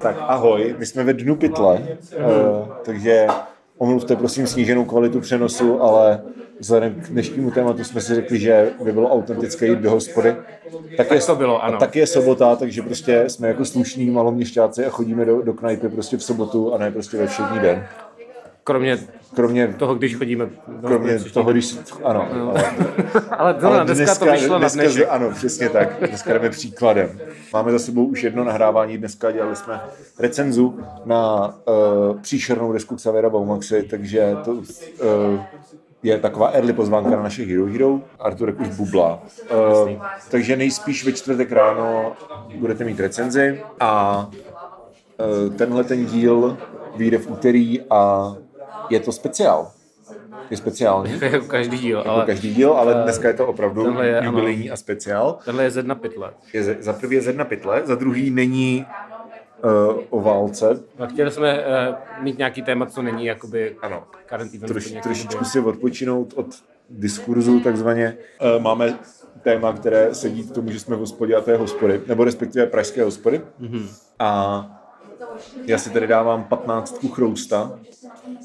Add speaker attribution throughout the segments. Speaker 1: Tak ahoj, my jsme ve dnu pytle, uh, takže omluvte prosím sníženou kvalitu přenosu, ale vzhledem k dnešnímu tématu jsme si řekli, že by bylo autentické jít do hospody. Tak je,
Speaker 2: to bylo, ano.
Speaker 1: A tak je sobota, takže prostě jsme jako slušní maloměšťáci a chodíme do, do knajpy prostě v sobotu a ne prostě ve všední den.
Speaker 2: Kromě
Speaker 1: Kromě
Speaker 2: toho, když chodíme... No,
Speaker 1: Kromě
Speaker 2: příští-
Speaker 1: toho, když... Ano, ale,
Speaker 2: Ale,
Speaker 1: ale
Speaker 2: ale dneska, dneska to vyšlo
Speaker 1: dneska,
Speaker 2: na dnešek.
Speaker 1: Ano, přesně tak. Dneska jdeme příkladem. Máme za sebou už jedno nahrávání. Dneska dělali jsme recenzu na uh, příšernou desku Xavera Baumaxy, takže to uh, je taková early pozvánka na naše Hero Hero. Arturek už bublá. Uh, takže nejspíš ve čtvrtek ráno budete mít recenzi a Eh, tenhle ten díl vyjde v úterý a je to speciál. Je speciální,
Speaker 2: To je jako každý díl,
Speaker 1: jako
Speaker 2: ale
Speaker 1: každý díl, ale dneska je to opravdu
Speaker 2: tenhle je, ano.
Speaker 1: jubilejní a speciál.
Speaker 2: tenhle je ze dna pytle.
Speaker 1: Je ze- za prvý je ze dna pytle, za druhý není uh, o válce.
Speaker 2: A chtěli jsme eh, mít nějaký téma, co není jakoby
Speaker 1: Ano.
Speaker 2: karantýn.
Speaker 1: Troš, trošičku si odpočinout od diskurzu takzvaně. Eh, Máme téma, které sedí k tomu, že jsme v hospodě a to je hospody, nebo respektive pražské hospody.
Speaker 2: Mhm.
Speaker 1: Mm-hmm. A já si tady dávám 15 chrousta.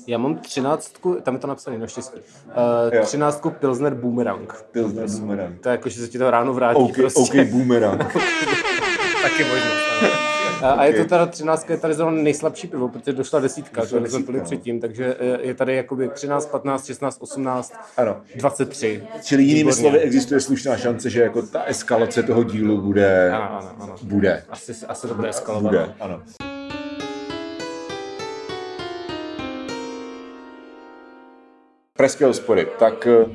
Speaker 2: Já mám třináctku, tam je to napsané, naštěstí.
Speaker 1: Jo.
Speaker 2: Uh, třináctku Pilsner Boomerang.
Speaker 1: Pilsner Boomerang.
Speaker 2: To je jako, že se ti to ráno vrátí
Speaker 1: OK,
Speaker 2: prostě.
Speaker 1: OK, Boomerang.
Speaker 2: Taky možnost. ano. Eh, A, a je
Speaker 1: OK.
Speaker 2: to teda 13, je tady zrovna nejslabší pivo, protože došla desítka, to jsme
Speaker 1: desítka,
Speaker 2: byli
Speaker 1: no.
Speaker 2: předtím, takže eh, je tady jakoby 13, 15, 16, 18,
Speaker 1: Ano.
Speaker 2: 23.
Speaker 1: Čili jinými
Speaker 2: Výborně.
Speaker 1: slovy existuje slušná šance, že jako ta eskalace toho dílu bude.
Speaker 2: Ano, ano, ano.
Speaker 1: Bude.
Speaker 2: Asi, asi to bude eskalovat.
Speaker 1: Bude, ano. Pražské hospody. Tak eh,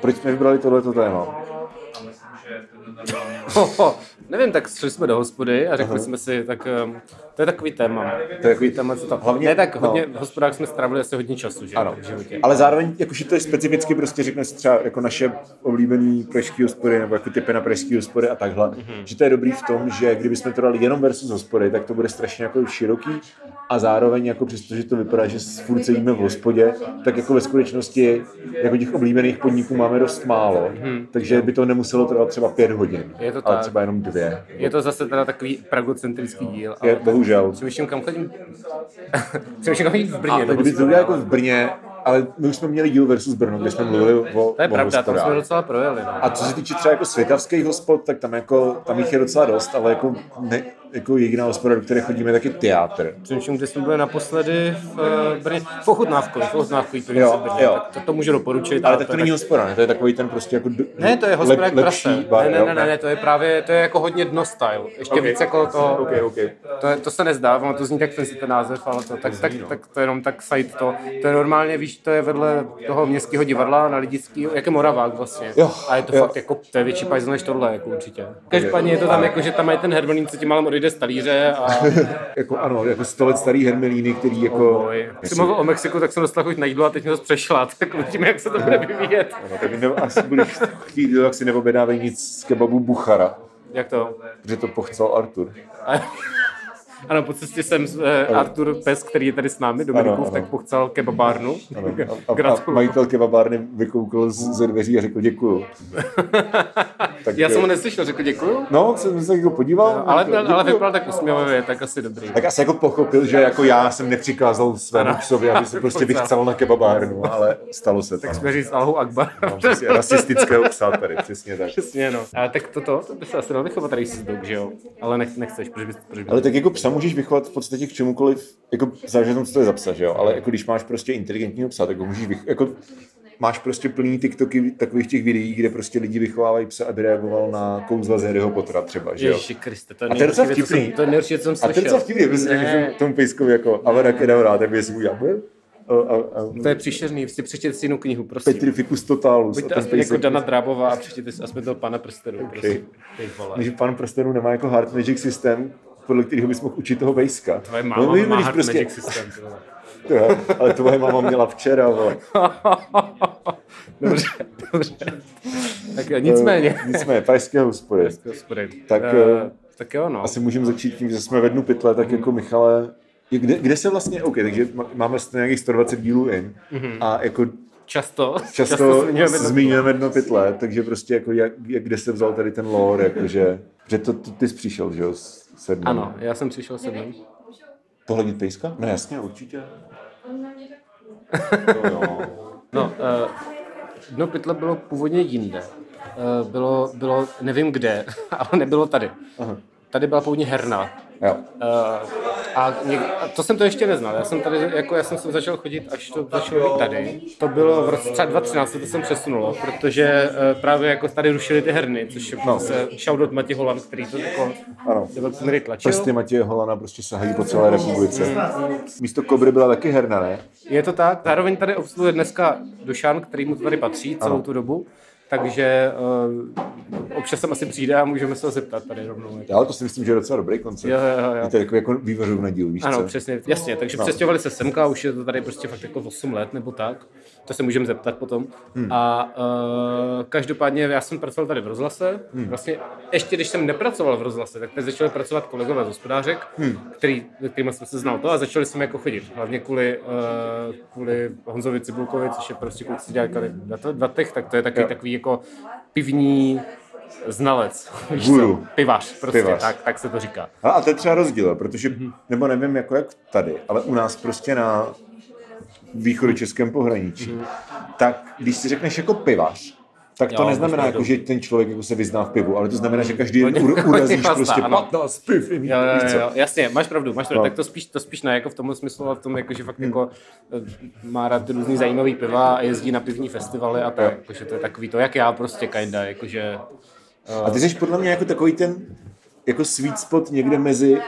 Speaker 1: proč jsme vybrali tohleto téma?
Speaker 2: Ho, ho. Nevím, tak šli jsme do hospody a řekli jsme si, tak ehm, to je takový téma.
Speaker 1: To je takový
Speaker 2: téma, co tam.
Speaker 1: Hlavně-
Speaker 2: Hlavně, ne, tak
Speaker 1: no.
Speaker 2: hodně, v hospodách jsme strávili asi hodně času, že?
Speaker 1: Ano.
Speaker 2: V životě.
Speaker 1: Ale zároveň, jakože to je specificky, prostě řekne si třeba jako naše oblíbený pražský hospody, nebo jako typy na pražský hospody a takhle.
Speaker 2: Mhm.
Speaker 1: Mm-hmm. Že to je dobrý v tom, že kdybychom to dali jenom versus hospody, tak to bude strašně jako široký a zároveň jako přesto, že to vypadá, že furt sedíme v hospodě, tak jako ve skutečnosti jako těch oblíbených podniků máme dost málo, mm-hmm. takže by to nemuselo trvat třeba pět hodin,
Speaker 2: Mhm. Je to
Speaker 1: ale
Speaker 2: tak.
Speaker 1: třeba jenom dvě.
Speaker 2: Je to zase teda takový pragocentrický díl.
Speaker 1: Je,
Speaker 2: Ale
Speaker 1: bohužel.
Speaker 2: přemýšlím, kam chodím. přemýšlím, kam chodím v
Speaker 1: A
Speaker 2: Brně. do
Speaker 1: tak by to
Speaker 2: hospody,
Speaker 1: bylo jako
Speaker 2: ale-
Speaker 1: v Brně, ale my už jsme měli díl versus Brno, kde jsme mluvili o
Speaker 2: To je
Speaker 1: o
Speaker 2: pravda, tam
Speaker 1: hospodách.
Speaker 2: jsme docela projeli. No.
Speaker 1: A co se týče třeba jako světavských hospod, tak tam, jako, tam jich je docela dost, ale jako, ne, jako jediná hospoda, do které chodíme, tak je teátr.
Speaker 2: Přemýšlím, kde jsme byli naposledy v eh, Brně. V ochutnávkový, v ochutnávkový pivnici
Speaker 1: Jo,
Speaker 2: v Brně.
Speaker 1: jo.
Speaker 2: Tak to, to můžu doporučit.
Speaker 1: Ale tak to
Speaker 2: je
Speaker 1: není hospoda, ne? To je takový ten prostě jako... do-
Speaker 2: Ne, to je hospoda jak prase.
Speaker 1: bar,
Speaker 2: ne,
Speaker 1: jo?
Speaker 2: ne, ne, ne, ne, to je právě, to je jako hodně dno style. Ještě
Speaker 1: Ok.
Speaker 2: víc jako to,
Speaker 1: Ok, ok.
Speaker 2: to, je- to se nezdá, ono to zní tak ten, ten název, ale to, tak, tak,
Speaker 1: no.
Speaker 2: tak, to je jenom tak side to. To je normálně, víš, to je vedle toho městského divadla na lidický, jak je Moravák vlastně.
Speaker 1: Jo,
Speaker 2: A je to
Speaker 1: jo.
Speaker 2: fakt jako, to je větší pajzl než tohle, jako určitě. Každopádně je to tam jako, že tam mají ten hermelín, co ti málem odejde z talíře a
Speaker 1: Jako ano, jako sto let starý hermelíny, který jako...
Speaker 2: boj. Když jsem mluvil o Mexiku, tak jsem dostal chuť na jídlo a teď mě to přešla, tak uvidíme, jak se to bude vyvíjet.
Speaker 1: No, tak ne, asi budeš chtít, jo, tak si neobjednávej nic z kebabu Buchara,
Speaker 2: Jak to?
Speaker 1: protože to pochcel Artur.
Speaker 2: A- Ano, po cestě jsem eh, Artur Pes, který je tady s námi,
Speaker 1: Ano, ano.
Speaker 2: Dominikův, tak pochcel kebabárnu.
Speaker 1: A, a, a
Speaker 2: Gratuluju.
Speaker 1: majitel kebabárny vykoukl z, ze dveří a řekl děkuju. Tak,
Speaker 2: Já jsem
Speaker 1: eh,
Speaker 2: mu neslyšel, řekl děkuju,
Speaker 1: No, jsem se jako podíval.
Speaker 2: No, ale,
Speaker 1: říkal,
Speaker 2: ale
Speaker 1: "Děkuju."
Speaker 2: vypadal tak usměvavě, tak asi dobrý.
Speaker 1: Tak asi jako pochopil, že jako já jsem nepřikázal svému psovi, aby se prostě vychcel na kebabárnu, ale stalo se to.
Speaker 2: Jsme říct Alhu Akbar.
Speaker 1: No, Přesně, rasistického psa tady, přesně tak.
Speaker 2: Přesně, no. A tak toto, to by se asi dal vychovat tady si zdok, že jo? Ale nech, nechceš, proč bys, proč bys...
Speaker 1: Ale tak jako psa můžeš vychovat v podstatě k čemukoliv, jako záleží na tom, co to je za psa, že jo? Ale jako když máš prostě inteligentního psa, tak ho můžeš vychovat, jako máš prostě plný TikToky takových těch videí, kde prostě lidi vychovávají psa, aby reagoval na kouzla z Harryho Pottera třeba, že jo?
Speaker 2: Ježiši Kriste, to je
Speaker 1: A to je docela
Speaker 2: nejhorší věc, co
Speaker 1: vtipný.
Speaker 2: jsem- to je nejhorší, věc, co jsem
Speaker 1: A
Speaker 2: slyšel.
Speaker 1: ten co vtipný, prostě
Speaker 2: Ne.
Speaker 1: jako tomu pejskovi jako Avada Kedavra, tak by si udělal. A, a, a,
Speaker 2: To je příšerný, si přečtěte si jinou knihu, prosím.
Speaker 1: Petrificus totalus. a
Speaker 2: Buďte
Speaker 1: ten
Speaker 2: aspoň jako
Speaker 1: pejsek
Speaker 2: Dana Drábová a přečtěte si aspoň toho pana prstenů, prosím. Ty vole.
Speaker 1: že prostě- pan prstenů nemá jako hard magic systém, podle kterého bys mohl učit toho No, vejska.
Speaker 2: Tvoje máma
Speaker 1: vím,
Speaker 2: má
Speaker 1: když
Speaker 2: hard magic systém. ty vole.
Speaker 1: prostě- Jo, ale tvoje máma měla včera, vole.
Speaker 2: dobře, dobře. Tak jo, nicméně.
Speaker 1: Eh, Nicméně, pražské hospody.
Speaker 2: Hospodin.
Speaker 1: Tak,
Speaker 2: Eh,
Speaker 1: eh,
Speaker 2: tak jo, no.
Speaker 1: Asi můžeme začít tím, že jsme ve dnu pytle, tak jako Michale, je- kde, kde se vlastně, OK, takže ma- máme sto- nějakých 120 dílů in
Speaker 2: Mhm.
Speaker 1: a jako
Speaker 2: Často,
Speaker 1: často,
Speaker 2: zmiňujeme to-
Speaker 1: zmiňujeme dno pytle, takže prostě jako jak, jak, kde se vzal tady ten lore, jakože, že to, to ty jsi přišel, že jo, s Sedm.
Speaker 2: Ano, já jsem přišel sedm.
Speaker 1: Tohle mít pejska? No jasně, určitě. To jo.
Speaker 2: No, eh, dno pytle bylo původně jinde. Eh, Bylo, bylo nevím kde, ale nebylo tady. Tady byla původně herna.
Speaker 1: jo.
Speaker 2: Eh, a, něk- a to jsem to ještě neznal. Já jsem tady, jako já jsem sem začal chodit, až to začalo být tady. To bylo v roce třeba 2013, se to jsem přesunulo, protože eh, právě jako tady rušili ty herny, což je no. se shoutout Mati Holan, který to jako
Speaker 1: Ano.
Speaker 2: do velké míry tlačil.
Speaker 1: Prsty Matěje Holana prostě sahají po celé republice. Místo Kobry byla taky herna, ne?
Speaker 2: Je to tak. Zároveň tady obsluhuje dneska Dušan, který mu to tady patří celou tu dobu. Takže uh, občas sem asi přijde a můžeme se ho zeptat tady rovnou.
Speaker 1: Jo, Ale to si myslím, že je docela dobrý koncept.
Speaker 2: Jo, jo, jo.
Speaker 1: Je to jako, jako vývařů na díl, víš
Speaker 2: Ano,
Speaker 1: co?
Speaker 2: přesně, jasně, takže no. přestěhovali se semka, už je to tady prostě fakt jako 8 let nebo tak, to se můžeme zeptat potom. Hmm. A uh, každopádně já jsem pracoval tady v rozhlase, hmm. vlastně ještě když jsem nepracoval v rozhlase, tak tady začali pracovat kolegové z hospodářek, hmm. který, se kterými jsem se znal to a začali jsme jako chodit, hlavně kvůli, uh, kvůli Honzovi Cibulkovi, což je prostě kluci dělali na to- na tech, tak to je takový, takový jako pivní znalec, víš co?
Speaker 1: Guru.
Speaker 2: pivař, prostě
Speaker 1: Pivař.
Speaker 2: Tak, tak se to říká.
Speaker 1: A, a to je třeba rozdíl, jo, protože,
Speaker 2: Mhm.
Speaker 1: nebo nevím, jako jak tady, ale u nás prostě na východočeském pohraničí,
Speaker 2: Mhm.
Speaker 1: tak když si řekneš jako pivař, tak to
Speaker 2: Jo,
Speaker 1: neznamená,
Speaker 2: máš
Speaker 1: jako,
Speaker 2: pravdu.
Speaker 1: že ten člověk jako se vyzná v pivu, ale to znamená, že každý den u-
Speaker 2: hodně
Speaker 1: urazíš
Speaker 2: chlastá,
Speaker 1: prostě
Speaker 2: ano.
Speaker 1: 15 piv. víš
Speaker 2: Jo,
Speaker 1: co?
Speaker 2: jo, jo, jasně, máš pravdu, máš pravdu.
Speaker 1: No. Hmm.
Speaker 2: No. Tak to spíš, to spíš ne, jako v tom smyslu, ale v tom, jako, že fakt jako eh, má rád různý zajímavý piva a jezdí na pivní festivaly a tak, jakože to je takový to, jak já prostě, kinda, jakože...
Speaker 1: A ty jsi podle mě jako takový ten jako sweet spot někde mezi,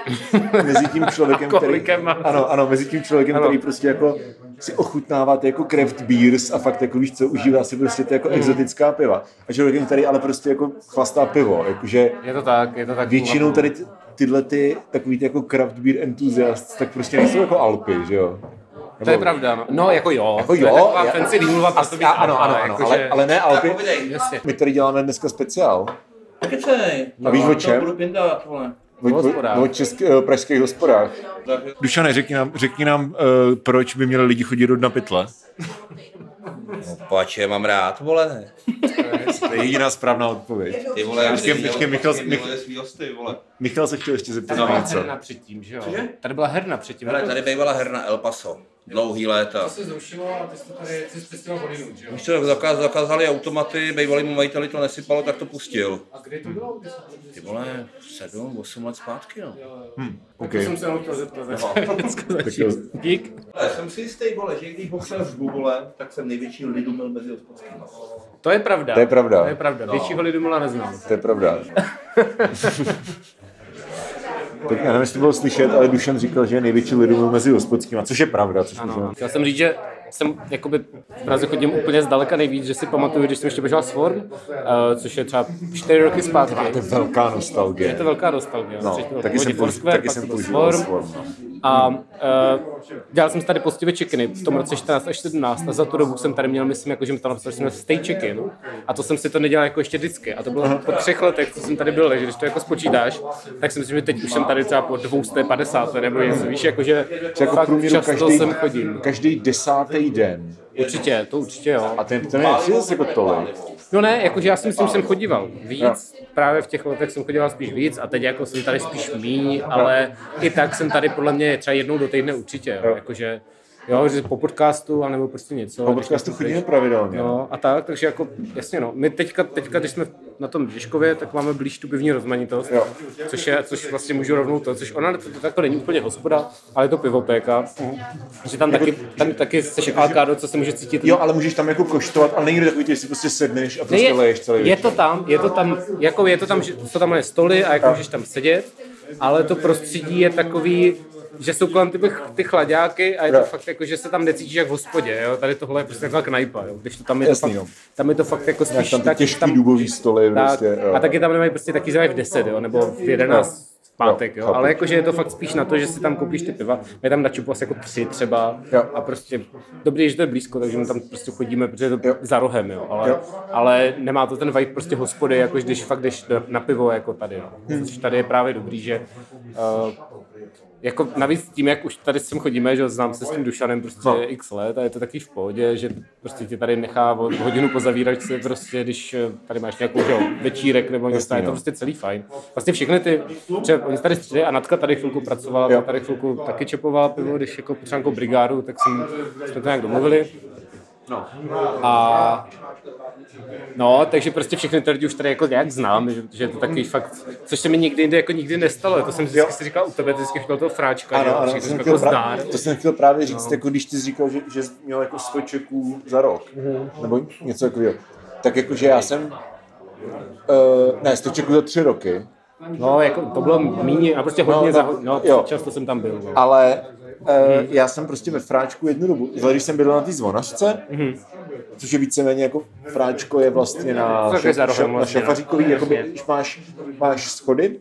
Speaker 1: mezi tím člověkem, který,
Speaker 2: Alkoholikem a-
Speaker 1: ano, ano, mezi tím člověkem, ano.
Speaker 2: Ano.
Speaker 1: který prostě jako si ochutnává ty jako craft beers a fakt jako víš co, užívá si prostě ty
Speaker 2: Hmm.
Speaker 1: jako exotická piva. A člověkem, který ale prostě jako chlastá pivo, jakože
Speaker 2: Je to tak, je to tak.
Speaker 1: většinou tady ty, tyhle ty takový ty jako craft beer enthusiasts, tak prostě nejsou jako Alpy, že jo?
Speaker 2: To je pravda, no. no jako jo,
Speaker 1: Jako
Speaker 2: to
Speaker 1: jo,
Speaker 2: je taková
Speaker 1: já-
Speaker 2: fancy výmluva,
Speaker 1: A-
Speaker 2: prostě
Speaker 1: a- ano, ano, ano, ale, ale ne Alpy.
Speaker 2: Jasně.
Speaker 1: My tady děláme dneska speciál.
Speaker 3: Nekecej. No,
Speaker 1: A víš o čem?
Speaker 3: To budu pindat, vole.
Speaker 1: O,
Speaker 2: hospodách.
Speaker 1: o, o český, o eh, pražských hospodách. Dušane, řekni nám, řekni nám uh, proč by měli lidi chodit do na pytle.
Speaker 4: No, Pače, mám rád, vole.
Speaker 1: To je jediná správná odpověď.
Speaker 4: Ty vole, já
Speaker 1: Počkej,
Speaker 4: bych
Speaker 1: počkej,
Speaker 4: měl-
Speaker 1: Michal-
Speaker 4: taky
Speaker 1: Mich-
Speaker 4: měl svý hosty, vole.
Speaker 1: Michal se chtěl ještě zeptat
Speaker 2: Tady byla
Speaker 1: na něco.
Speaker 2: herna předtím, že jo? Tady byla herna předtím. jako-
Speaker 4: Hele, tady bývala herna El Paso. Dlouhý léta.
Speaker 2: se zrušilo a ty jsi tady, jsi přestěhoval hodinu, že jo?
Speaker 4: Když to zakaz, zakázali automaty, bývalýmu majiteli to nesypalo, tak to pustil.
Speaker 2: A kde to bylo?
Speaker 4: Ty vole, sedm, osm let zpátky, no.
Speaker 1: Okay.
Speaker 2: se jenom chtěl zeptat. jako-
Speaker 1: Tak jo.
Speaker 2: Dík.
Speaker 4: Ale jsem si jistý, vole, že když boxel s Google, tak jsem největší lidumil mezi hospodskými.
Speaker 2: To je pravda.
Speaker 1: To je pravda.
Speaker 2: To je pravda. Většího Lidumila neznám.
Speaker 1: To je pravda. tak já nevím, jestli to bylo slyšet, ale Dušan říkal, že je největší lidumil mezi hospodskýma, což je pravda. Což můžeme...
Speaker 2: No. Chtěl jsem říct, že jsem jakoby v Praze chodím úplně zdaleka nejvíc, že si pamatuju, když jsem ještě běžel Swarm, uh, což je třeba 4 roky zpátky.
Speaker 1: To je velká
Speaker 2: Je
Speaker 1: nostalgie.
Speaker 2: to velká nostalgie.
Speaker 1: No,
Speaker 2: Předtím
Speaker 1: taky
Speaker 2: bylo
Speaker 1: jsem, použ...
Speaker 2: Foursquare,
Speaker 1: taky
Speaker 2: pak
Speaker 1: jsem
Speaker 2: to byl
Speaker 1: používal
Speaker 2: Swarm.
Speaker 1: Swarm. no.
Speaker 2: A uh, dělal jsem si tady postivě chickeny v tom roce 14 až 17 a za tu dobu jsem tady měl, myslím, jako, že mi tam napsal, že jsem stay chicken. A to jsem si to nedělal jako ještě vždycky. A to bylo po třech letech, co jsem tady byl, takže když to jako spočítáš, tak si myslím, že teď už jsem tady třeba po 250 nebo něco, víš, jakože
Speaker 1: To jako v
Speaker 2: fakt
Speaker 1: průměru
Speaker 2: často
Speaker 1: každý,
Speaker 2: sem chodím.
Speaker 1: každý desátý den.
Speaker 2: Určitě, to určitě jo.
Speaker 1: A ten, ten je zase jako tolik.
Speaker 2: No ne, jakože já si myslím, že jsem chodíval víc. Právě v těch letech jsem chodíval spíš víc a teď jako jsem tady spíš míň, ale i tak jsem tady podle mě třeba jednou do týdne určitě. Jo. Jakože, jo, že po podcastu, anebo prostě něco.
Speaker 1: Po
Speaker 2: když
Speaker 1: podcastu
Speaker 2: nejsem pryč.
Speaker 1: chodíme pravidelně.
Speaker 2: No a tak, takže jako jasně no. My teďka, teďka když jsme na tom Žižkově, tak máme blíž tu pivní rozmanitost,
Speaker 1: Jo.
Speaker 2: což, je, což vlastně můžu rovnou to, což ona to, tak to není úplně hospoda, ale je to pivopéka.
Speaker 1: Mhm.
Speaker 2: Že tam taky, tam taky seš alkádo, co se může cítit
Speaker 1: Jo, ale můžeš tam jako koštovat, ale není to takový, že si prostě sedneš a
Speaker 2: Ne,
Speaker 1: prostě leješ celý
Speaker 2: No je
Speaker 1: večer.
Speaker 2: to tam, je to tam, jako je to tam, že jsou tam stoly a jako můžeš tam sedět, ale to prostředí je takový, že jsou kolem ty, ty chladáky a je to
Speaker 1: Jo.
Speaker 2: fakt jako, že se tam necítíš jak v hospodě, jo? tady tohle je prostě taková knajpa, jo? když to tam je,
Speaker 1: Jasný,
Speaker 2: to
Speaker 1: jo.
Speaker 2: fakt, tam je to fakt jako spíš
Speaker 1: tam ty
Speaker 2: tak,
Speaker 1: těžký dubový stoly
Speaker 2: tak,
Speaker 1: prostě, jo.
Speaker 2: a taky tam nemají prostě taky zájem v 10, jo? nebo v 11 v pátek, jo?
Speaker 1: chápu.
Speaker 2: ale jakože je to fakt spíš na to, že si tam koupíš ty piva, je tam na čupu asi jako tři třeba
Speaker 1: Jo.
Speaker 2: a prostě dobrý, že to je blízko, takže my tam prostě chodíme, protože je to
Speaker 1: Jo.
Speaker 2: za rohem, jo, ale,
Speaker 1: Jo.
Speaker 2: ale nemá to ten vibe prostě
Speaker 1: Hmm.
Speaker 2: hospody, jako když fakt jdeš na- na pivo jako tady, no. Což tady je právě dobrý, že uh, jako navíc tím, jak už tady s tím chodíme, že znám se s tím Dušanem prostě
Speaker 1: No.
Speaker 2: no. x let a je to taky v pohodě, že prostě tě tady nechá o hodinu po zavíračce prostě, když eh, tady máš nějakou že, jo, večírek nebo něco,
Speaker 1: Jasný,
Speaker 2: a je to
Speaker 1: no.
Speaker 2: prostě celý fajn. Vlastně všechny ty, že oni tady středy a Natka tady chvilku pracovala,
Speaker 1: Jo.
Speaker 2: ta tady chvilku taky čepovala pivo, když jako potřeba nějakou brigádu, tak jsem, jsme to nějak domluvili. No. A No, takže prostě všechny ty lidi už tady jako nějak znám, že, že je to takový fakt, což se mi nikdy jinde jako nikdy nestalo, to jsem
Speaker 1: Jo.
Speaker 2: vždycky si říkal u tebe, vždycky chtěl toho fráčka,
Speaker 1: Ano, ano, to
Speaker 2: že
Speaker 1: jsem,
Speaker 2: jsem
Speaker 1: chtěl
Speaker 2: jako No.
Speaker 1: právě,
Speaker 2: zdár.
Speaker 1: to jsem chtěl právě říct, jako když ty jsi říkal, že, že jsi měl jako 100 čeků za rok, nebo něco takového. Tak jakože já jsem, uh, ne, 100 čeků za tři roky,
Speaker 2: No, jako to bylo míně a prostě hodně
Speaker 1: no,
Speaker 2: no, za, ho- no,
Speaker 1: jo.
Speaker 2: často jsem tam byl. No.
Speaker 1: ale uh, já jsem prostě ve fráčku jednu dobu, zvlášť když jsem byl na té zvonařce,
Speaker 2: Mhm.
Speaker 1: což je víceméně jako fráčko je vlastně na,
Speaker 2: Což je za
Speaker 1: šef,
Speaker 2: rohem
Speaker 1: šef, na
Speaker 2: vlastně, no.
Speaker 1: šafaříkový, jakoby,
Speaker 2: Jasně.
Speaker 1: když máš, máš schody,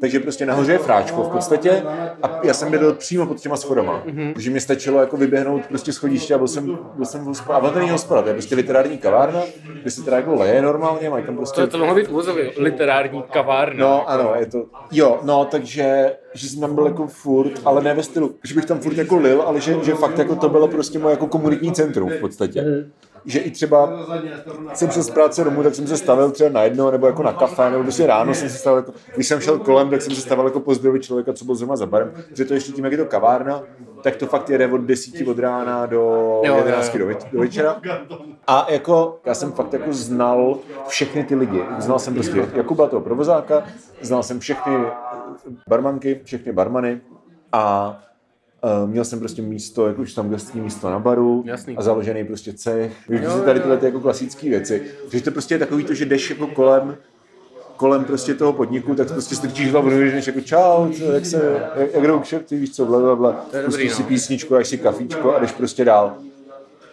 Speaker 1: takže prostě nahoře je fráčko v podstatě a já jsem bydlel přímo pod těma schodama,
Speaker 2: Mhm.
Speaker 1: takže mě stačilo jako vyběhnout prostě schodiště a byl jsem, byl jsem v hospodě, a to není hospoda, to je prostě literární kavárna, kde se teda jako leje normálně, mají tam prostě...
Speaker 2: To, to mohlo být úzově literární kavárna.
Speaker 1: No, ano, je to. Jo, no, takže že jsem tam byl jako furt, ale ne ve stylu, že bych tam furt jako lil, ale že, že fakt jako to bylo prostě moje jako komunitní centrum v podstatě.
Speaker 2: Mhm.
Speaker 1: Že i třeba jsem se z práce domů, tak jsem se stavil třeba na jedno, nebo jako na kafe, nebo prostě ráno jsem se stavil jako, když jsem šel kolem, tak jsem se stavil jako pozdravit člověka, co byl zrovna za barem, protože to ještě tím, jak je to kavárna, tak to fakt jede od 10 od rána do
Speaker 2: Jo, jo, jo.
Speaker 1: 11 do, več- do večera. A jako, já jsem fakt jako znal všechny ty lidi. Znal jsem prostě Jakuba, toho provozáka, znal jsem všechny barmanky, všechny barmany a eh, měl jsem prostě místo, jak už tam gastní místo na baru
Speaker 2: Jasný.
Speaker 1: a založený prostě cech. Víš, prostě tady tyhle ty jako klasické věci. Že to prostě je takový to, že jdeš jako kolem kolem prostě toho podniku, tak prostě strčíš hlavu, nevíš, než jako čau, co, jak se, jak, jak jdou kšefty, víš co, bla, bla, bla. Pustíš
Speaker 2: dobrý,
Speaker 1: si
Speaker 2: no.
Speaker 1: písničku, až si kafíčko a jdeš prostě dál.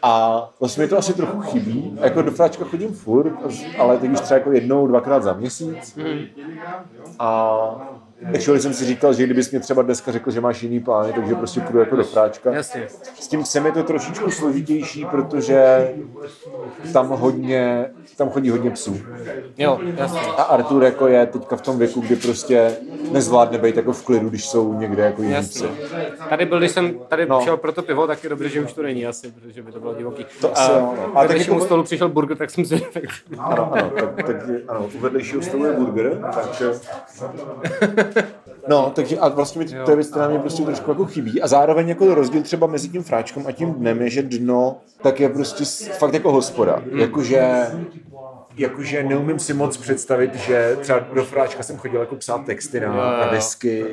Speaker 1: A vlastně mi to asi trochu chybí. Jako do fráčka chodím furt, ale teď už třeba jako jednou, dvakrát za měsíc. A actually jsem si říkal, že kdybys mě třeba dneska řekl, že máš jiný plány, takže prostě půjdu jako do fráčka.
Speaker 2: Jasně.
Speaker 1: S tím psem je to trošičku složitější, protože tam hodně, tam chodí hodně psů.
Speaker 2: Jo, jasně.
Speaker 1: A Artur jako je teďka v tom věku, kdy prostě nezvládne být jako v klidu, když jsou někde jako jiní
Speaker 2: Jasně.
Speaker 1: psi.
Speaker 2: Tady byl, když jsem tady
Speaker 1: No.
Speaker 2: no. šel pro to pivo, tak je dobře, že už to není asi, protože by to bylo divoký.
Speaker 1: To asi
Speaker 2: a,
Speaker 1: jo, no. A
Speaker 2: a
Speaker 1: tak
Speaker 2: když
Speaker 1: jako-
Speaker 2: mu stolu přišel burger, tak jsem si
Speaker 1: Ano, ano, tak, tak je- ano, u vedlejšího stolu je burger, takže... No, takže a vlastně mi to je věc, která mě prostě trošku jako chybí. A zároveň jako rozdíl třeba mezi tím fráčkem a tím dnem je, že dno tak je prostě s- fakt jako hospoda. Jakože jakože neumím si moc představit, že třeba do fráčka jsem chodil jako psát texty na, na desky.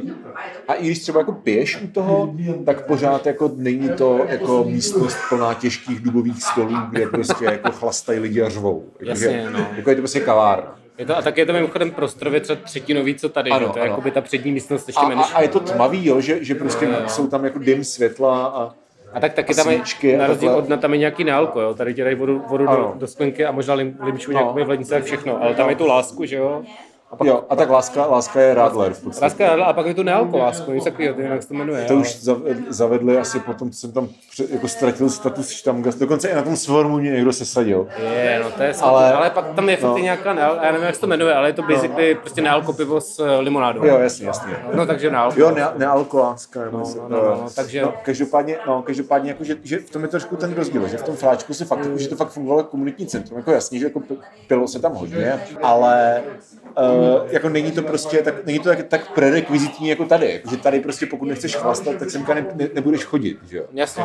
Speaker 1: A i když třeba jako piješ u toho, tak pořád jako není to jako místnost plná těžkých dubových stolů, kde prostě jako chlastají lidi a řvou. Jakože-
Speaker 2: Jasně, no.
Speaker 1: Jako je to prostě kavárna.
Speaker 2: Je to, a tak je to mimochodem prostrově třeba třetinový, co tady,
Speaker 1: Ano,
Speaker 2: ano, to je
Speaker 1: ano.
Speaker 2: jako by ta přední místnost ještě
Speaker 1: A,
Speaker 2: menší.
Speaker 1: a, a je to tmavý, jo, že, že prostě jsou tam jako dym světla a
Speaker 2: A tak taky
Speaker 1: A
Speaker 2: tam
Speaker 1: svíčky a
Speaker 2: je, na rozdíl
Speaker 1: takhle.
Speaker 2: od na tam je nějaký nealko, jo. Tady ti dají vodu, vodu
Speaker 1: Ano. No.
Speaker 2: do, do, sklenky a možná lim, limču nějakou v lednici a všechno, ale tam je tu lásku, že jo. A pak
Speaker 1: jo, a tak láska, láska je Radler v podstatě.
Speaker 2: láska, a pak je tu nealko lásku, něco takového, to jinak se to jmenuje.
Speaker 1: To
Speaker 2: ale-
Speaker 1: už za- zavedli asi potom, co jsem tam pře- jako ztratil status štamgast. Dokonce i na tom svormu mě někdo sesadil.
Speaker 2: je, no to je smutný,
Speaker 1: Ale-
Speaker 2: ale, ale pak tam je fakt
Speaker 1: no.
Speaker 2: no. nějaká neal, já nevím, jak se to jmenuje, ale je to basically prostě nealko pivo s eh, limonádou.
Speaker 1: Jo, jasně, jasně.
Speaker 2: No takže nealko.
Speaker 1: Jo, ne, nealkolácká. No,
Speaker 2: no, no, no, takže-
Speaker 1: no, každopádně, no, každopádně jako, že, že, v tom je trošku ten rozdíl, že v tom fráčku se fakt, jako, že to fakt fungovalo jako komunitní centrum, jako jasně, že jako pi- pilo se tam hodně, ale uh, jako není to prostě tak, není to tak, tak prerekvizitní jako tady, jako, že tady prostě pokud nechceš chlastat, tak semka ne, ne, nebudeš chodit, že jo.
Speaker 2: Jasně.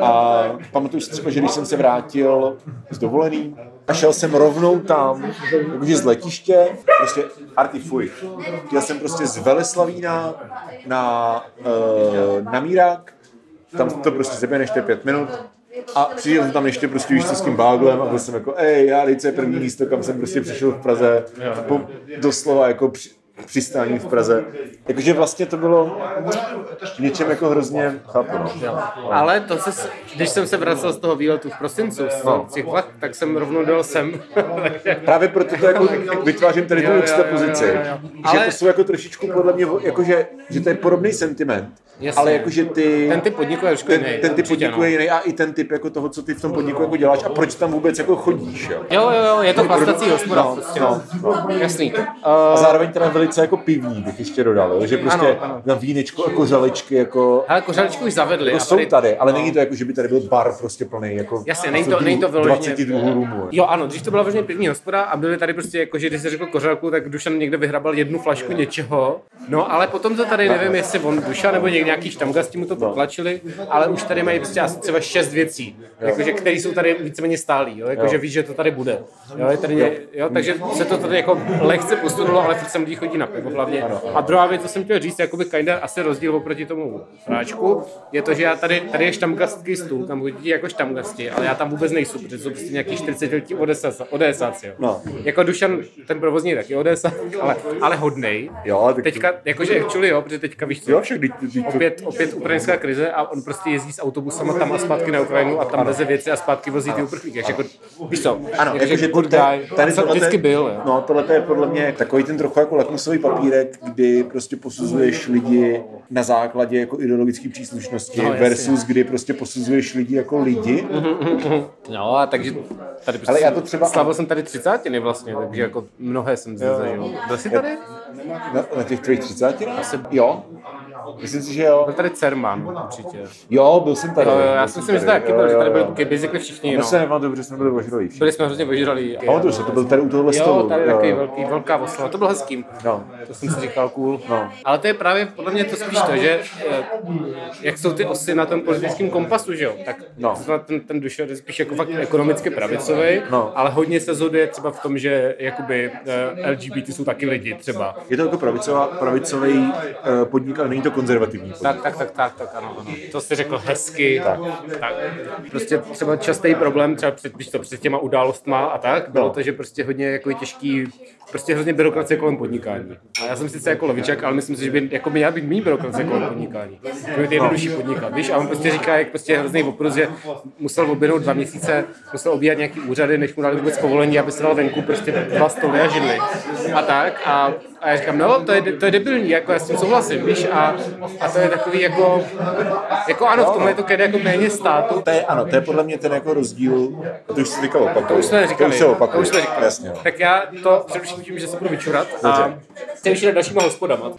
Speaker 1: A pamatuju si třeba, že když jsem se vrátil z dovolený a šel jsem rovnou tam, jakože z letiště, prostě arty fuj. Jel jsem prostě z Veleslavína na, uh, na Mírák, tam to prostě sebe nešte pět minut. A přijel jsem tam ještě prostě víš co s tím báglem a byl jsem jako, ej, já teď je první místo, kam jsem prostě přišel v Praze, po, doslova jako při, přistání v Praze. Jakože vlastně to bylo v něčem jako hrozně, chápu, no.
Speaker 2: Ale to se, když jsem se vracel z toho výletu v prosincu, z
Speaker 1: No.
Speaker 2: těch vlak, tak jsem rovnou dojel sem.
Speaker 1: Právě proto to jako vytvářím tady tu
Speaker 2: Jo, jo, jo,
Speaker 1: pozici,
Speaker 2: jo, jo.
Speaker 1: že
Speaker 2: Ale-
Speaker 1: to jsou jako trošičku podle mě, jako že, že to je podobný sentiment,
Speaker 2: Jasně.
Speaker 1: ale jakože ty...
Speaker 2: Ten typ podniku je trošku
Speaker 1: Jako ten,
Speaker 2: jiný,
Speaker 1: ten typ
Speaker 2: určitě, no.
Speaker 1: podniku je jiný a i ten typ jako toho, co ty v tom podniku jako děláš a proč tam vůbec jako chodíš. Jo?
Speaker 2: Jo, jo, jo, je to chlastací hospoda
Speaker 1: No,
Speaker 2: prostě.
Speaker 1: no,
Speaker 2: Jasný.
Speaker 1: A
Speaker 2: Uh,
Speaker 1: zároveň teda velice jako pivní bych ještě dodal, jo? že prostě
Speaker 2: Ano, ano.
Speaker 1: na vínečko jako kořalečky jako...
Speaker 2: ale kořálečku už zavedli.
Speaker 1: Jako
Speaker 2: a
Speaker 1: jsou tady, ale není to jako, že by tady byl bar prostě plný jako
Speaker 2: no. Jasně, není to, není to vyloženě.
Speaker 1: 22 rumů.
Speaker 2: Jo, ano, dřív to byla vlastně pivní hospoda a byly tady prostě jako, že když se řekl kořálku, tak Dušan někde vyhrabal jednu flašku něčeho. No, ale potom to tady, nevím, jestli on Dušan nebo něk- nějaký štamga s tím to
Speaker 1: No.
Speaker 2: potlačili, ale už tady mají prostě asi třeba šest věcí, jakože, které jsou tady víceméně stálí, jo, jakože
Speaker 1: Jo.
Speaker 2: víš, že to tady bude. Jo, je tady, ně- jo, takže se to tady jako lehce posunulo, ale furt sem lidi chodí na pivo hlavně. A druhá věc, co jsem chtěl říct, jakoby kinda asi rozdíl oproti tomu fráčku, je to, že já tady, tady je štamgastský stůl, tam chodí jako štamgasti, ale já tam vůbec nejsou, protože jsou prostě nějaký 40 letí odesáci.
Speaker 1: No.
Speaker 2: Jako Dušan, ten provozní je taky odesák, ale, ale hodnej.
Speaker 1: Jo, ale tak-
Speaker 2: teďka, jakože actually jo, protože teďka víš co,
Speaker 1: Jo, však teď, teď to,
Speaker 2: opět, opět ukrajinská krize a on prostě jezdí s autobusama tam a zpátky na Ukrajinu a tam veze věci a zpátky vozí ty uprchlíky. Jako, víš co,
Speaker 1: Ano,
Speaker 2: jakože
Speaker 1: jakože
Speaker 2: good
Speaker 1: tohle-
Speaker 2: guy, tady co
Speaker 1: tohle-
Speaker 2: vždycky byl. Jo.
Speaker 1: No, tohle je podle mě takový ten trochu jako lakmusový papírek, kdy prostě posuzuješ lidi na základě jako ideologické příslušnosti
Speaker 2: No, jasně. Mhm.
Speaker 1: versus kdy prostě posuzuješ lidi jako lidi.
Speaker 2: No a takže tady prostě
Speaker 1: Ale já to třeba-
Speaker 2: slavil jsem tady třicátiny vlastně, takže jako mnohé jsem zde zažil. Byl jsi tady?
Speaker 1: Na, na těch tvých třicátinách? Jo. Myslím si, že jo.
Speaker 2: Byl tady Cerman určitě.
Speaker 1: Jo, byl jsem tady.
Speaker 2: Jo, jo, já
Speaker 1: byl
Speaker 2: si
Speaker 1: jsem
Speaker 2: myslím, že tady taky byl, že tady byli taky basically všichni.
Speaker 1: My
Speaker 2: No.
Speaker 1: se nepamatuju, protože jsme byli ožrolí.
Speaker 2: Byli jsme hrozně ožralí.
Speaker 1: Pamatuju se, to byl tady u tohohle stolu.
Speaker 2: Jo, tady je
Speaker 1: jo,
Speaker 2: takový
Speaker 1: jo.
Speaker 2: velký, velká oslava, to bylo hezký.
Speaker 1: No.
Speaker 2: To jsem si říkal cool.
Speaker 1: No.
Speaker 2: Ale to je právě podle mě to spíš to, že eh, jak jsou ty osy na tom politickém kompasu, že jo? Tak
Speaker 1: No.
Speaker 2: zrovna ten, ten Dušan je spíš jako fakt ekonomicky pravicový,
Speaker 1: No.
Speaker 2: ale hodně se zhoduje třeba v tom, že jakoby eh, LGBT jsou taky lidi třeba.
Speaker 1: Je to jako pravicová, pravicový eh, podnik, ale není to konzervativní podnik.
Speaker 2: Tak, tak, tak, tak, tak, ano, ano. To jsi řekl hezky. Tak. tak. Prostě třeba častý problém, třeba před, víš to, před těma událostma a tak, bylo
Speaker 1: No.
Speaker 2: to, že prostě hodně jako je těžký, prostě hrozně byrokracie kolem podnikání. A já jsem sice jako levičák, ale myslím si, že by jako by měla být méně byrokracie kolem podnikání. Že by to jednodušší podnikat, víš? A on prostě říká, jak prostě je hrozný oprus, že musel oběhnout dva měsíce, musel obíhat nějaký úřady, než mu dali vůbec povolení, aby se dal venku prostě dva stoly a židli. A tak. A, a já říkám, no, to je, to je debilní, jako já s tím souhlasím, víš? A, a to je takový jako, jako ano, v tomhle je to kedy jako méně státu,
Speaker 1: To je, ano, to je podle mě ten jako rozdíl, a to už se teďka opakuje.
Speaker 2: to už jsme říkali.
Speaker 1: To už se opakuje,
Speaker 2: To už jsme říkali.
Speaker 1: jasně. no. jo.
Speaker 2: Tak já to především tím, že se budu vyčurat a
Speaker 1: Dobře.
Speaker 2: chci vyčurat dalšíma hospodama.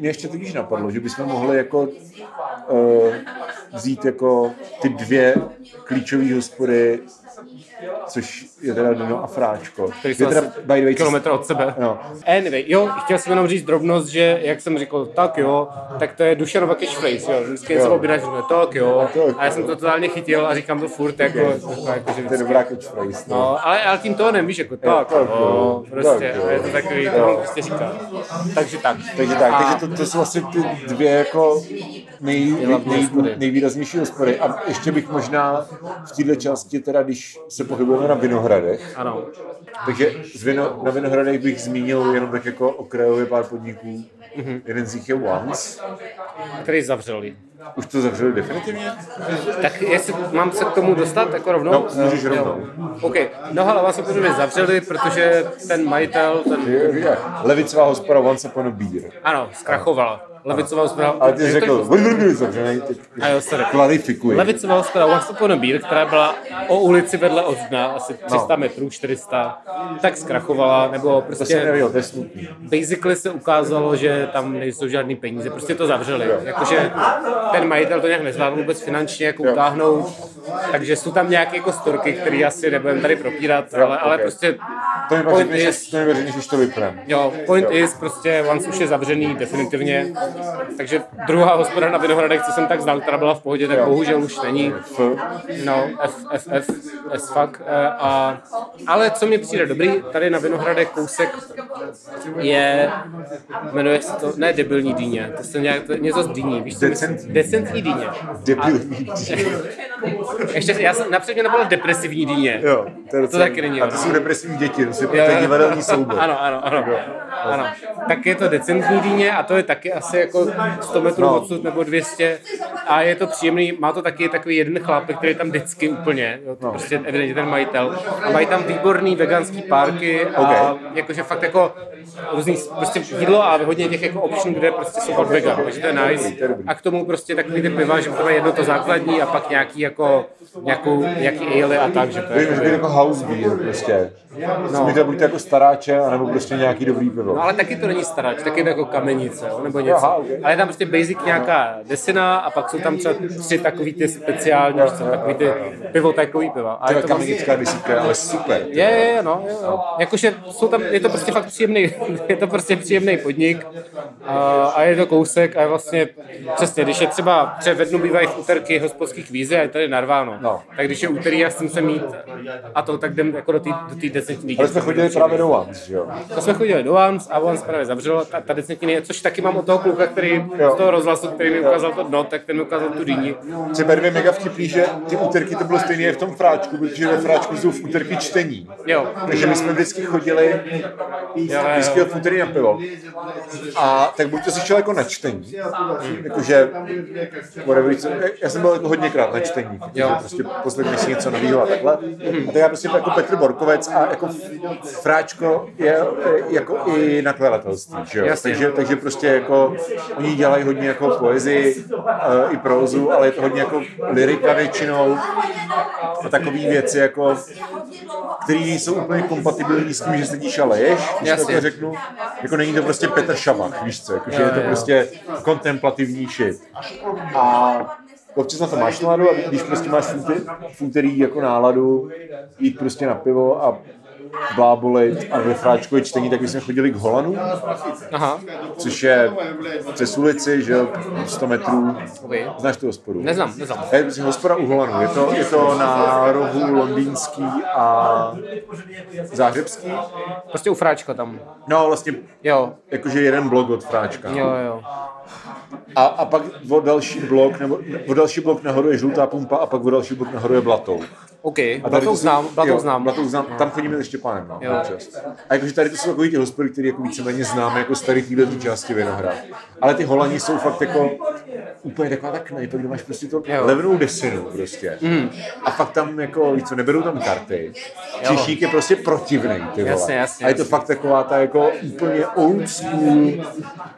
Speaker 1: Mě ještě totiž napadlo, že bychom mohli jako uh, vzít jako ty dvě klíčové hospody, což je teda Dino a Fráčko.
Speaker 2: který
Speaker 1: je
Speaker 2: jsou
Speaker 1: teda,
Speaker 2: asi
Speaker 1: by the way,
Speaker 2: kilometr od sebe.
Speaker 1: No.
Speaker 2: Anyway, jo, chtěl jsem jenom říct drobnost, že jak jsem řekl, tak jo, tak to je Dušanova catchphrase, jo, vždycky něco
Speaker 1: Jo.
Speaker 2: objednáš, řekne, tak jo,
Speaker 1: Tak
Speaker 2: a já jsem to totálně chytil a říkám to furt, jako, jako, jako že
Speaker 1: To je
Speaker 2: vždycky.
Speaker 1: dobrá catchphrase. No.
Speaker 2: No, ale, ale tím tónem, víš, jako tak,
Speaker 1: tak
Speaker 2: jo,
Speaker 1: jo,
Speaker 2: prostě,
Speaker 1: tak jo.
Speaker 2: a je to takový, to on prostě říká. Takže tak.
Speaker 1: Takže tak,
Speaker 2: A-
Speaker 1: takže to, to jsou vlastně ty dvě jako nej, nej,
Speaker 2: hlavní
Speaker 1: nej,
Speaker 2: hospody.
Speaker 1: nejvýraznější hospody. A ještě bych možná v této části, teda když se pohybujeme na Vinohradech,
Speaker 2: Ano.
Speaker 1: Takže z vino, na Vinohradech bych zmínil jenom tak jako okrajově pár podniků.
Speaker 2: Mhm.
Speaker 1: Mm-hmm. Jeden z nich je Once.
Speaker 2: Který zavřeli.
Speaker 1: Už to zavřeli definitivně?
Speaker 2: Tak jestli mám se k tomu dostat jako rovnou?
Speaker 1: No, můžeš
Speaker 2: Jo.
Speaker 1: rovnou.
Speaker 2: OK, no hele, vás opravdu zavřeli, protože ten majitel, ten
Speaker 1: Je- je- Levicová hospoda Once upon a beer.
Speaker 2: Ano, zkrachovala. Levicová hospoda.
Speaker 1: Ale ty jsi
Speaker 2: je to-
Speaker 1: řekl, "Vrvrvrvr", zavřený, tak
Speaker 2: A jo, sorry.
Speaker 1: klarifikuji.
Speaker 2: Levicová hospoda Once Upon a Beer, která byla o ulici vedle od dna, asi 300 metrů, 400, tak zkrachovala, nebo
Speaker 1: No. To jsem
Speaker 2: prostě
Speaker 1: nevěděl, to je smutný.
Speaker 2: basically se ukázalo, že tam nejsou žádný peníze, prostě to zavřeli. Jakože ten majitel to nějak nezvládl vůbec finančně jako utáhnout, takže jsou tam nějaké jako storky, které asi nebudem tady propírat, ale, ale
Speaker 1: ok.
Speaker 2: prostě
Speaker 1: To mi pak
Speaker 2: point
Speaker 1: řekneš,
Speaker 2: is,
Speaker 1: až- to mi pak řekneš, až to vypneme.
Speaker 2: Jo, point
Speaker 1: Jo.
Speaker 2: is, prostě Once už je zavřený definitivně, takže druhá hospoda na Vinohradech, co jsem tak znal, která byla v pohodě, tak bohužel už není. No, F, F, F, S fuck. eh, A, ale co mi přijde dobrý, tady na Vinohradech kousek je, jmenuje se to, ne debilní dýně, to se nějak, to je něco z dýní, víš co? myslím?
Speaker 1: Decentní.
Speaker 2: Decentní dýně.
Speaker 1: Debilní.
Speaker 2: Ještě, já jsem, napřed mě napadlo depresivní dýně.
Speaker 1: Jo,
Speaker 2: to,
Speaker 1: docela-
Speaker 2: taky není
Speaker 1: A
Speaker 2: ono.
Speaker 1: to jsou depresivní děti, to je- to
Speaker 2: Jo,
Speaker 1: je
Speaker 2: jo.
Speaker 1: divadelní soubor.
Speaker 2: Ano, ano, ano. ano. tak je to decent v Londýně a to je taky asi jako 100 metrů
Speaker 1: No.
Speaker 2: odsud nebo 200 prostě- a je to příjemný, má to taky takový jeden chlápek, který je tam vždycky úplně, jo,
Speaker 1: No.
Speaker 2: to prostě evidentně ten majitel a mají tam výborný veganský párky a
Speaker 1: Ok.
Speaker 2: jakože fakt jako různý prostě jídlo a hodně těch jako option, kde prostě jsou fakt vegan, takže to je nice
Speaker 1: To je dobrý.
Speaker 2: a k tomu prostě takový ty piva, že to má jedno to základní a pak nějaký jako nějakou, nějaký ale a tak, že to
Speaker 1: Vím, že
Speaker 2: je
Speaker 1: být jako house beer prostě. No. Mít buď to jako staráče, anebo prostě nějaký dobrý pivo.
Speaker 2: No ale taky to není staráč, taky je to jako kamenice, jo, nebo něco.
Speaker 1: Aha, okay.
Speaker 2: Ale je tam prostě basic nějaká desina a pak jsou tam třeba tři takový ty speciální, co, takový ty pivo, takový piva. A
Speaker 1: to
Speaker 2: je
Speaker 1: je
Speaker 2: to vlastně,
Speaker 1: kamenická desítka, ale super.
Speaker 2: je, je, je, no, je, jo. Jakože jsou tam, je to prostě fakt příjemný, je to prostě příjemný podnik a, a, je to kousek a je vlastně, přesně, když je třeba, třeba ve dnu bývají v úterky hospodských vízy a je tady narváno,
Speaker 1: No.
Speaker 2: tak když je úterý a s tím se mít a to, tak jdem jako do té do tý decentní
Speaker 1: Ale jsme chodili právě do Vans, že jo?
Speaker 2: to jsme chodili do Vans a Vans právě zavřelo, ta, ta decentní je, což taky mám od toho kluka, který
Speaker 1: Jo.
Speaker 2: z toho rozhlasu, který mi ukázal to dno, tak ten mi ukázal tu dýni.
Speaker 1: Třeba dvě mega vtipný, že ty úterky to bylo stejné jak v tom fráčku, protože ve fráčku jsou v úterky čtení.
Speaker 2: Jo.
Speaker 1: Takže my jsme vždycky chodili
Speaker 2: jo.
Speaker 1: vždycky od úterý na pivo. A tak buď to si šel jako na čtení, jakože, whatever, co- já jsem byl jako hodněkrát na čtení, jo. prostě poslední si něco nového a takhle. A tak já prostě jako Petr Borkovec a jako Fráčko je eh, jako i nakladatelství, že jo?
Speaker 2: Jasně.
Speaker 1: Takže, takže prostě jako oni dělají hodně jako poezii eh, i prózu, ale je to hodně jako lirika většinou a takové věci jako které jsou úplně kompatibilní s tím, že sedíš a leješ, když
Speaker 2: Jasně.
Speaker 1: Jasně. to řeknu. Jako není to prostě Petr Šamach, víš co, jako, že
Speaker 2: Jo,
Speaker 1: je to
Speaker 2: jo.
Speaker 1: prostě kontemplativní shit. A občas na to máš náladu a když prostě máš v úte- v úterý jako náladu jít prostě na pivo a blábolit a ve fráčku je čtení, tak my jsme chodili k Holanu,
Speaker 2: Aha,
Speaker 1: což je přes ulici, že jo, 100 metrů.
Speaker 2: okay.
Speaker 1: Znáš tu hospodu?
Speaker 2: Neznám, neznám.
Speaker 1: Je to hospoda u Holanu. Je to, je to na rohu londýnský a záhřebský.
Speaker 2: Prostě u fráčka tam.
Speaker 1: No vlastně
Speaker 2: Jo,
Speaker 1: jakože jeden blok od Fráčka.
Speaker 2: jo, jo.
Speaker 1: A, a pak o další blok, nebo o další blok nahoru je žlutá pumpa a pak o další blok nahoru je blatou.
Speaker 2: OK,
Speaker 1: A tady
Speaker 2: blatou
Speaker 1: to jsou-
Speaker 2: znám, blatou
Speaker 1: jo,
Speaker 2: znám.
Speaker 1: Blatou znám, tam chodíme se Štěpánem, no,
Speaker 2: Jo.
Speaker 1: občas. A jakože tady to jsou takový ty hospody, které jako víceméně známe jako starý týhle tu části Vinohrad. Ale ty Holani jsou fakt jako úplně taková ta knajpa, kde máš prostě to
Speaker 2: Jo.
Speaker 1: levnou desinu prostě.
Speaker 2: Mhm.
Speaker 1: Mm. A fakt tam jako, víš co, neberou tam karty. Češík je prostě protivnej, ty vole.
Speaker 2: Jasně, jasně,
Speaker 1: A je to
Speaker 2: jasně.
Speaker 1: fakt taková ta jako úplně old school,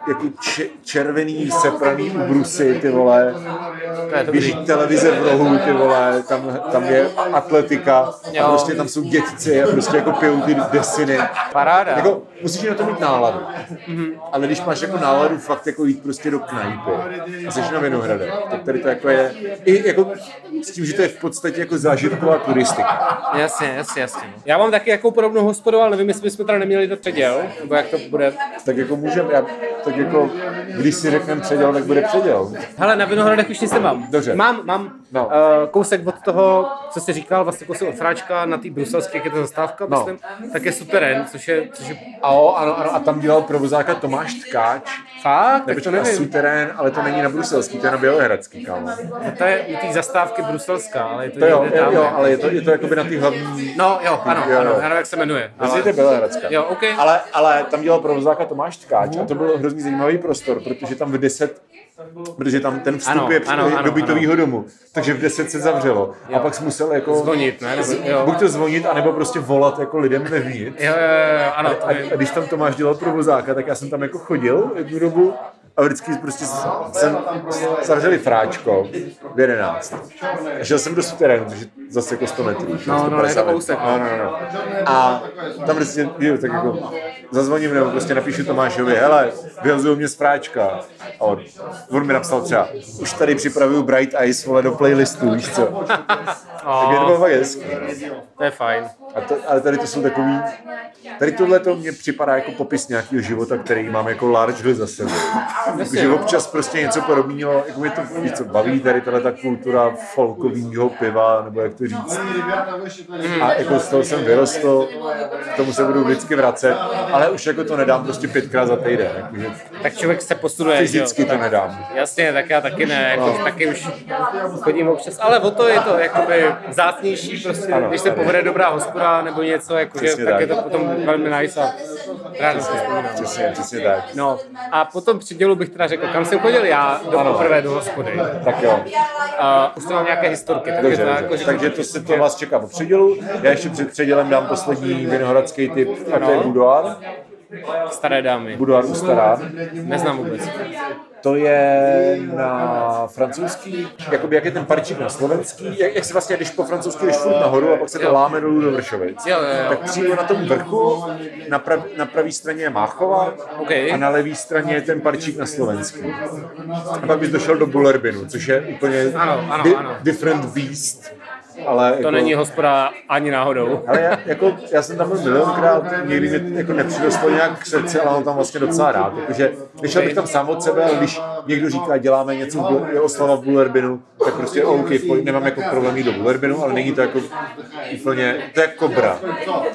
Speaker 1: jako če- červený, sepraný ubrusy, ty vole.
Speaker 2: To je dobrý.
Speaker 1: Běží televize v rohu, ty vole, tam, tam je atletika
Speaker 2: Jo.
Speaker 1: a prostě tam jsou dětci a prostě jako pijou ty desiny.
Speaker 2: Paráda.
Speaker 1: Jako, musíš na to mít náladu. Ale když máš jako náladu fakt jako jít prostě do knajpy a jsi na Vinohradech, tak tady to jako je, i jako s tím, že to je v podstatě jako zážitková turistika.
Speaker 2: Jasně, jasně, jasně. no. Já mám taky jako podobnou hospodu, ale nevím, jestli bychom teda neměli to předěl, nebo jak to bude.
Speaker 1: Tak jako můžeme, já, tak jako, když si řekneme předěl, tak bude předěl.
Speaker 2: Hele, na Vinohradech už nic nemám.
Speaker 1: Dobře.
Speaker 2: Mám, mám no.
Speaker 1: No.
Speaker 2: uh, kousek od toho, co jsi říkal, vlastně kousek od fráčka na té bruselské, jak je to zastávka, no.
Speaker 1: No.
Speaker 2: myslím, tak je suterén, což je, což je
Speaker 1: A o, ano, ano, a tam dělal provozáka Tomáš Tkáč,
Speaker 2: fakt, tak to
Speaker 1: Nebečka,
Speaker 2: nevím.
Speaker 1: suterén, ale to není na bruselský, to je na bělohradský, kámo.
Speaker 2: To je u té zastávky bruselská, ale je to,
Speaker 1: To jo,
Speaker 2: někde
Speaker 1: jo,
Speaker 2: tam.
Speaker 1: jo,
Speaker 2: ne?
Speaker 1: ale je to, je to jakoby na ty hlavní...
Speaker 2: No jo, ano,
Speaker 1: Jo,
Speaker 2: ano,
Speaker 1: jo.
Speaker 2: já nevím, jak se jmenuje.
Speaker 1: Ale...
Speaker 2: Ale...
Speaker 1: to Bělohradská.
Speaker 2: Jo, OK.
Speaker 1: Ale, ale tam dělal provozáka Tomáš Tkáč a to byl hrozně zajímavý prostor, protože tam v 10 protože tam ten vstup
Speaker 2: Ano,
Speaker 1: je při-
Speaker 2: ano, ano,
Speaker 1: do bytového domu. Takže v 10 se zavřelo. A pak jsi musel jako...
Speaker 2: Zvonit, ne? Nebo- jo.
Speaker 1: Buď to zvonit, anebo prostě volat jako lidem vevnitř.
Speaker 2: Jo, jo, jo, jo, ano, to
Speaker 1: A, a
Speaker 2: je...
Speaker 1: když tam Tomáš dělal provozáka, tak já jsem tam jako chodil jednu dobu a vždycky prostě jsem zavřeli fráčko v 11. A šel jsem do suterénu, protože zase jako 100 metrů. že jo,
Speaker 2: No, no,
Speaker 1: 150
Speaker 2: je to
Speaker 1: metrů.
Speaker 2: kousek, no.
Speaker 1: No, no, no. A tam prostě, jo, tak jako zazvoním nebo prostě napíšu Tomášovi, hele, vyhazují mě z fráčka. A on, on mi napsal třeba, už tady připravuju Bright Eyes, vole, do playlistu, víš co. Tak je to bylo fakt hezký. no.
Speaker 2: To je fajn.
Speaker 1: A to, ale tady to jsou takový... Tady tohle to mně připadá jako popis nějakého života, který mám jako largely za sebou. Že občas prostě něco podobného, jako mě to víš co, baví, tady tahle ta kultura folkového piva, nebo jak to říct. A jako z toho jsem vyrostl, k tomu se budu vždycky vracet, ale už jako to nedám prostě pětkrát za týden. Jakože
Speaker 2: Tak člověk se posunuje.
Speaker 1: fyzicky
Speaker 2: že jo?
Speaker 1: to No. nedám.
Speaker 2: Jasně, tak já taky ne, jako, taky už chodím občas, ale o to je to, jakoby, zácnější, prostě,
Speaker 1: Ano,
Speaker 2: když se
Speaker 1: ano.
Speaker 2: povede dobrá hospoda nebo něco, jakože,
Speaker 1: Přesně
Speaker 2: tak, tak je
Speaker 1: tak.
Speaker 2: to potom velmi nice a rád si vzpomínám.
Speaker 1: Přesně, přesně tak.
Speaker 2: No a potom při dělu bych teda řekl, kam jsem chodil já do poprvé do hospody.
Speaker 1: Tak jo.
Speaker 2: A už to mám nějaké historky, takže,
Speaker 1: Dobře,
Speaker 2: to,
Speaker 1: dobře.
Speaker 2: jako, že
Speaker 1: takže to se to vás čeká po předělu. Já ještě před předělem dám poslední vinohradský tip, a to je
Speaker 2: Ano.
Speaker 1: budoár.
Speaker 2: staré dámy.
Speaker 1: Budoár u Starán.
Speaker 2: Neznám vůbec.
Speaker 1: To je na francouzský, jakoby jak je ten parčík na slovenský, jak, jak se vlastně jdeš po francouzsky, jdeš furt nahoru a pak se to
Speaker 2: Jo.
Speaker 1: láme dolů do Vršovic.
Speaker 2: Jo, jo, jo.
Speaker 1: Tak přímo na tom vrchu, na, prav, na pravý straně je Máchova
Speaker 2: OK.
Speaker 1: a na levý straně je ten parčík na slovenský. A pak bys došel do Bulerbinu, což je úplně
Speaker 2: Ano, ano,
Speaker 1: di-
Speaker 2: ano.
Speaker 1: different beast. Ale jako
Speaker 2: To není hospoda ani náhodou.
Speaker 1: ale já, jako, já jsem tam byl milionkrát, nikdy mě jako nepřirostlo nějak k srdci, ale mám tam vlastně docela rád. Takže nešel bych tam sám od sebe, ale když někdo říká, děláme něco, v Bul- je oslava v Bullerbinu, tak prostě OK, pojď, nemám jako problém jít do Bullerbinu, ale není to jako úplně, to je jako kobra.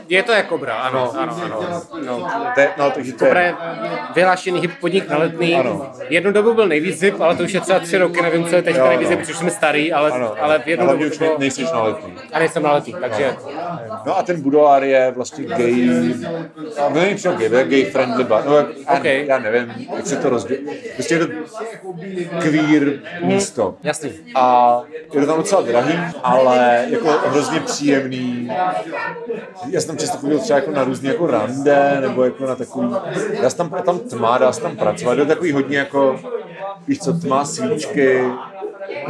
Speaker 2: Je to jako bra, ano, ano, ano. No.
Speaker 1: To je, no, takže to
Speaker 2: Dobré,
Speaker 1: je,
Speaker 2: vyhlášený hip podnik na letný.
Speaker 1: Ano.
Speaker 2: Jednu dobu byl nejvíc hip, ale to už je třeba tři roky, nevím, co je teďka
Speaker 1: Jo,
Speaker 2: nejvíc
Speaker 1: no.
Speaker 2: hip, protože jsme starý, ale,
Speaker 1: ano,
Speaker 2: ale v jednu
Speaker 1: hlavně
Speaker 2: dobu
Speaker 1: už
Speaker 2: to
Speaker 1: ne,
Speaker 2: bylo...
Speaker 1: nejsi na letní.
Speaker 2: A nejsem na letý, takže
Speaker 1: No a ten budoár je vlastně gay, a no, není přímo gay, to je gay friendly bar, no, jak,
Speaker 2: OK.
Speaker 1: okay. já nevím, jak se to rozdělí. Prostě je to queer místo.
Speaker 2: jasný.
Speaker 1: A je to tam docela drahý, ale jako hrozně příjemný. Já jsem tam často chodil třeba jako na různé jako rande, nebo jako na takový, dá se tam, je tam tma, dá se tam pracovat, je to takový hodně jako, víš co, tma, svíčky,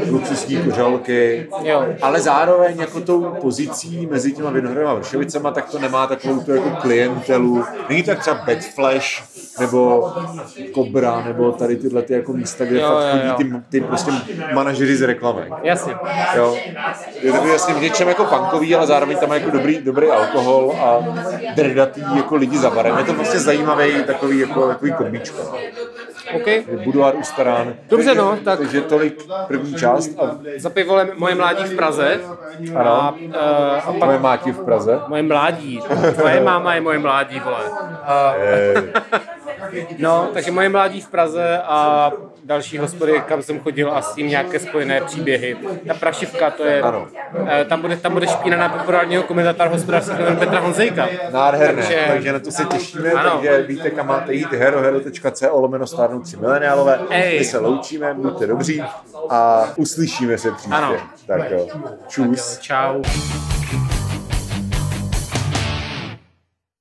Speaker 1: luxusní kořalky,
Speaker 2: Jo.
Speaker 1: ale zároveň jako tou pozicí mezi těma Vinohradem a Vršovicema, tak to nemá takovou tu jako klientelu. Není to jak třeba Bad Flash, nebo Cobra, nebo tady tyhle ty jako místa, kde
Speaker 2: Jo,
Speaker 1: fakt
Speaker 2: jo, jo.
Speaker 1: chodí ty, ty prostě manažeři z reklamek.
Speaker 2: Jasně.
Speaker 1: Jo. Je to vlastně v něčem jako punkový, ale zároveň tam je jako dobrý, dobrý alkohol a drdatý jako lidi za barem. Je to vlastně zajímavý takový jako takový kombíčko.
Speaker 2: OK.
Speaker 1: Budoár u Starán.
Speaker 2: Dobře, no, tak-
Speaker 1: Takže tolik první část a
Speaker 2: Za pivolem moje mládí v Praze. A,
Speaker 1: ano,
Speaker 2: eh, a
Speaker 1: moje
Speaker 2: pak
Speaker 1: máti v Praze.
Speaker 2: moje mládí. Tvoje máma je moje mládí, vole. A,
Speaker 1: Eh,
Speaker 2: no, takže moje mládí v Praze a další hospody, kam jsem chodil a s tím nějaké spojené příběhy. Ta prašivka, to je...
Speaker 1: Ano.
Speaker 2: eh, Tam bude, tam bude špína na populárního komentátora hospodářského jméno Petra Honzejka.
Speaker 1: Nádherné, takže,
Speaker 2: Takže-
Speaker 1: na to se těšíme,
Speaker 2: Ano.
Speaker 1: takže víte, kam máte jít, herohero.co lomeno stárnoucí mileniálové,
Speaker 2: Ej.
Speaker 1: my se loučíme, buďte dobří a uslyšíme se příště.
Speaker 2: Ano.
Speaker 1: Tak jo, čus.
Speaker 2: Čau.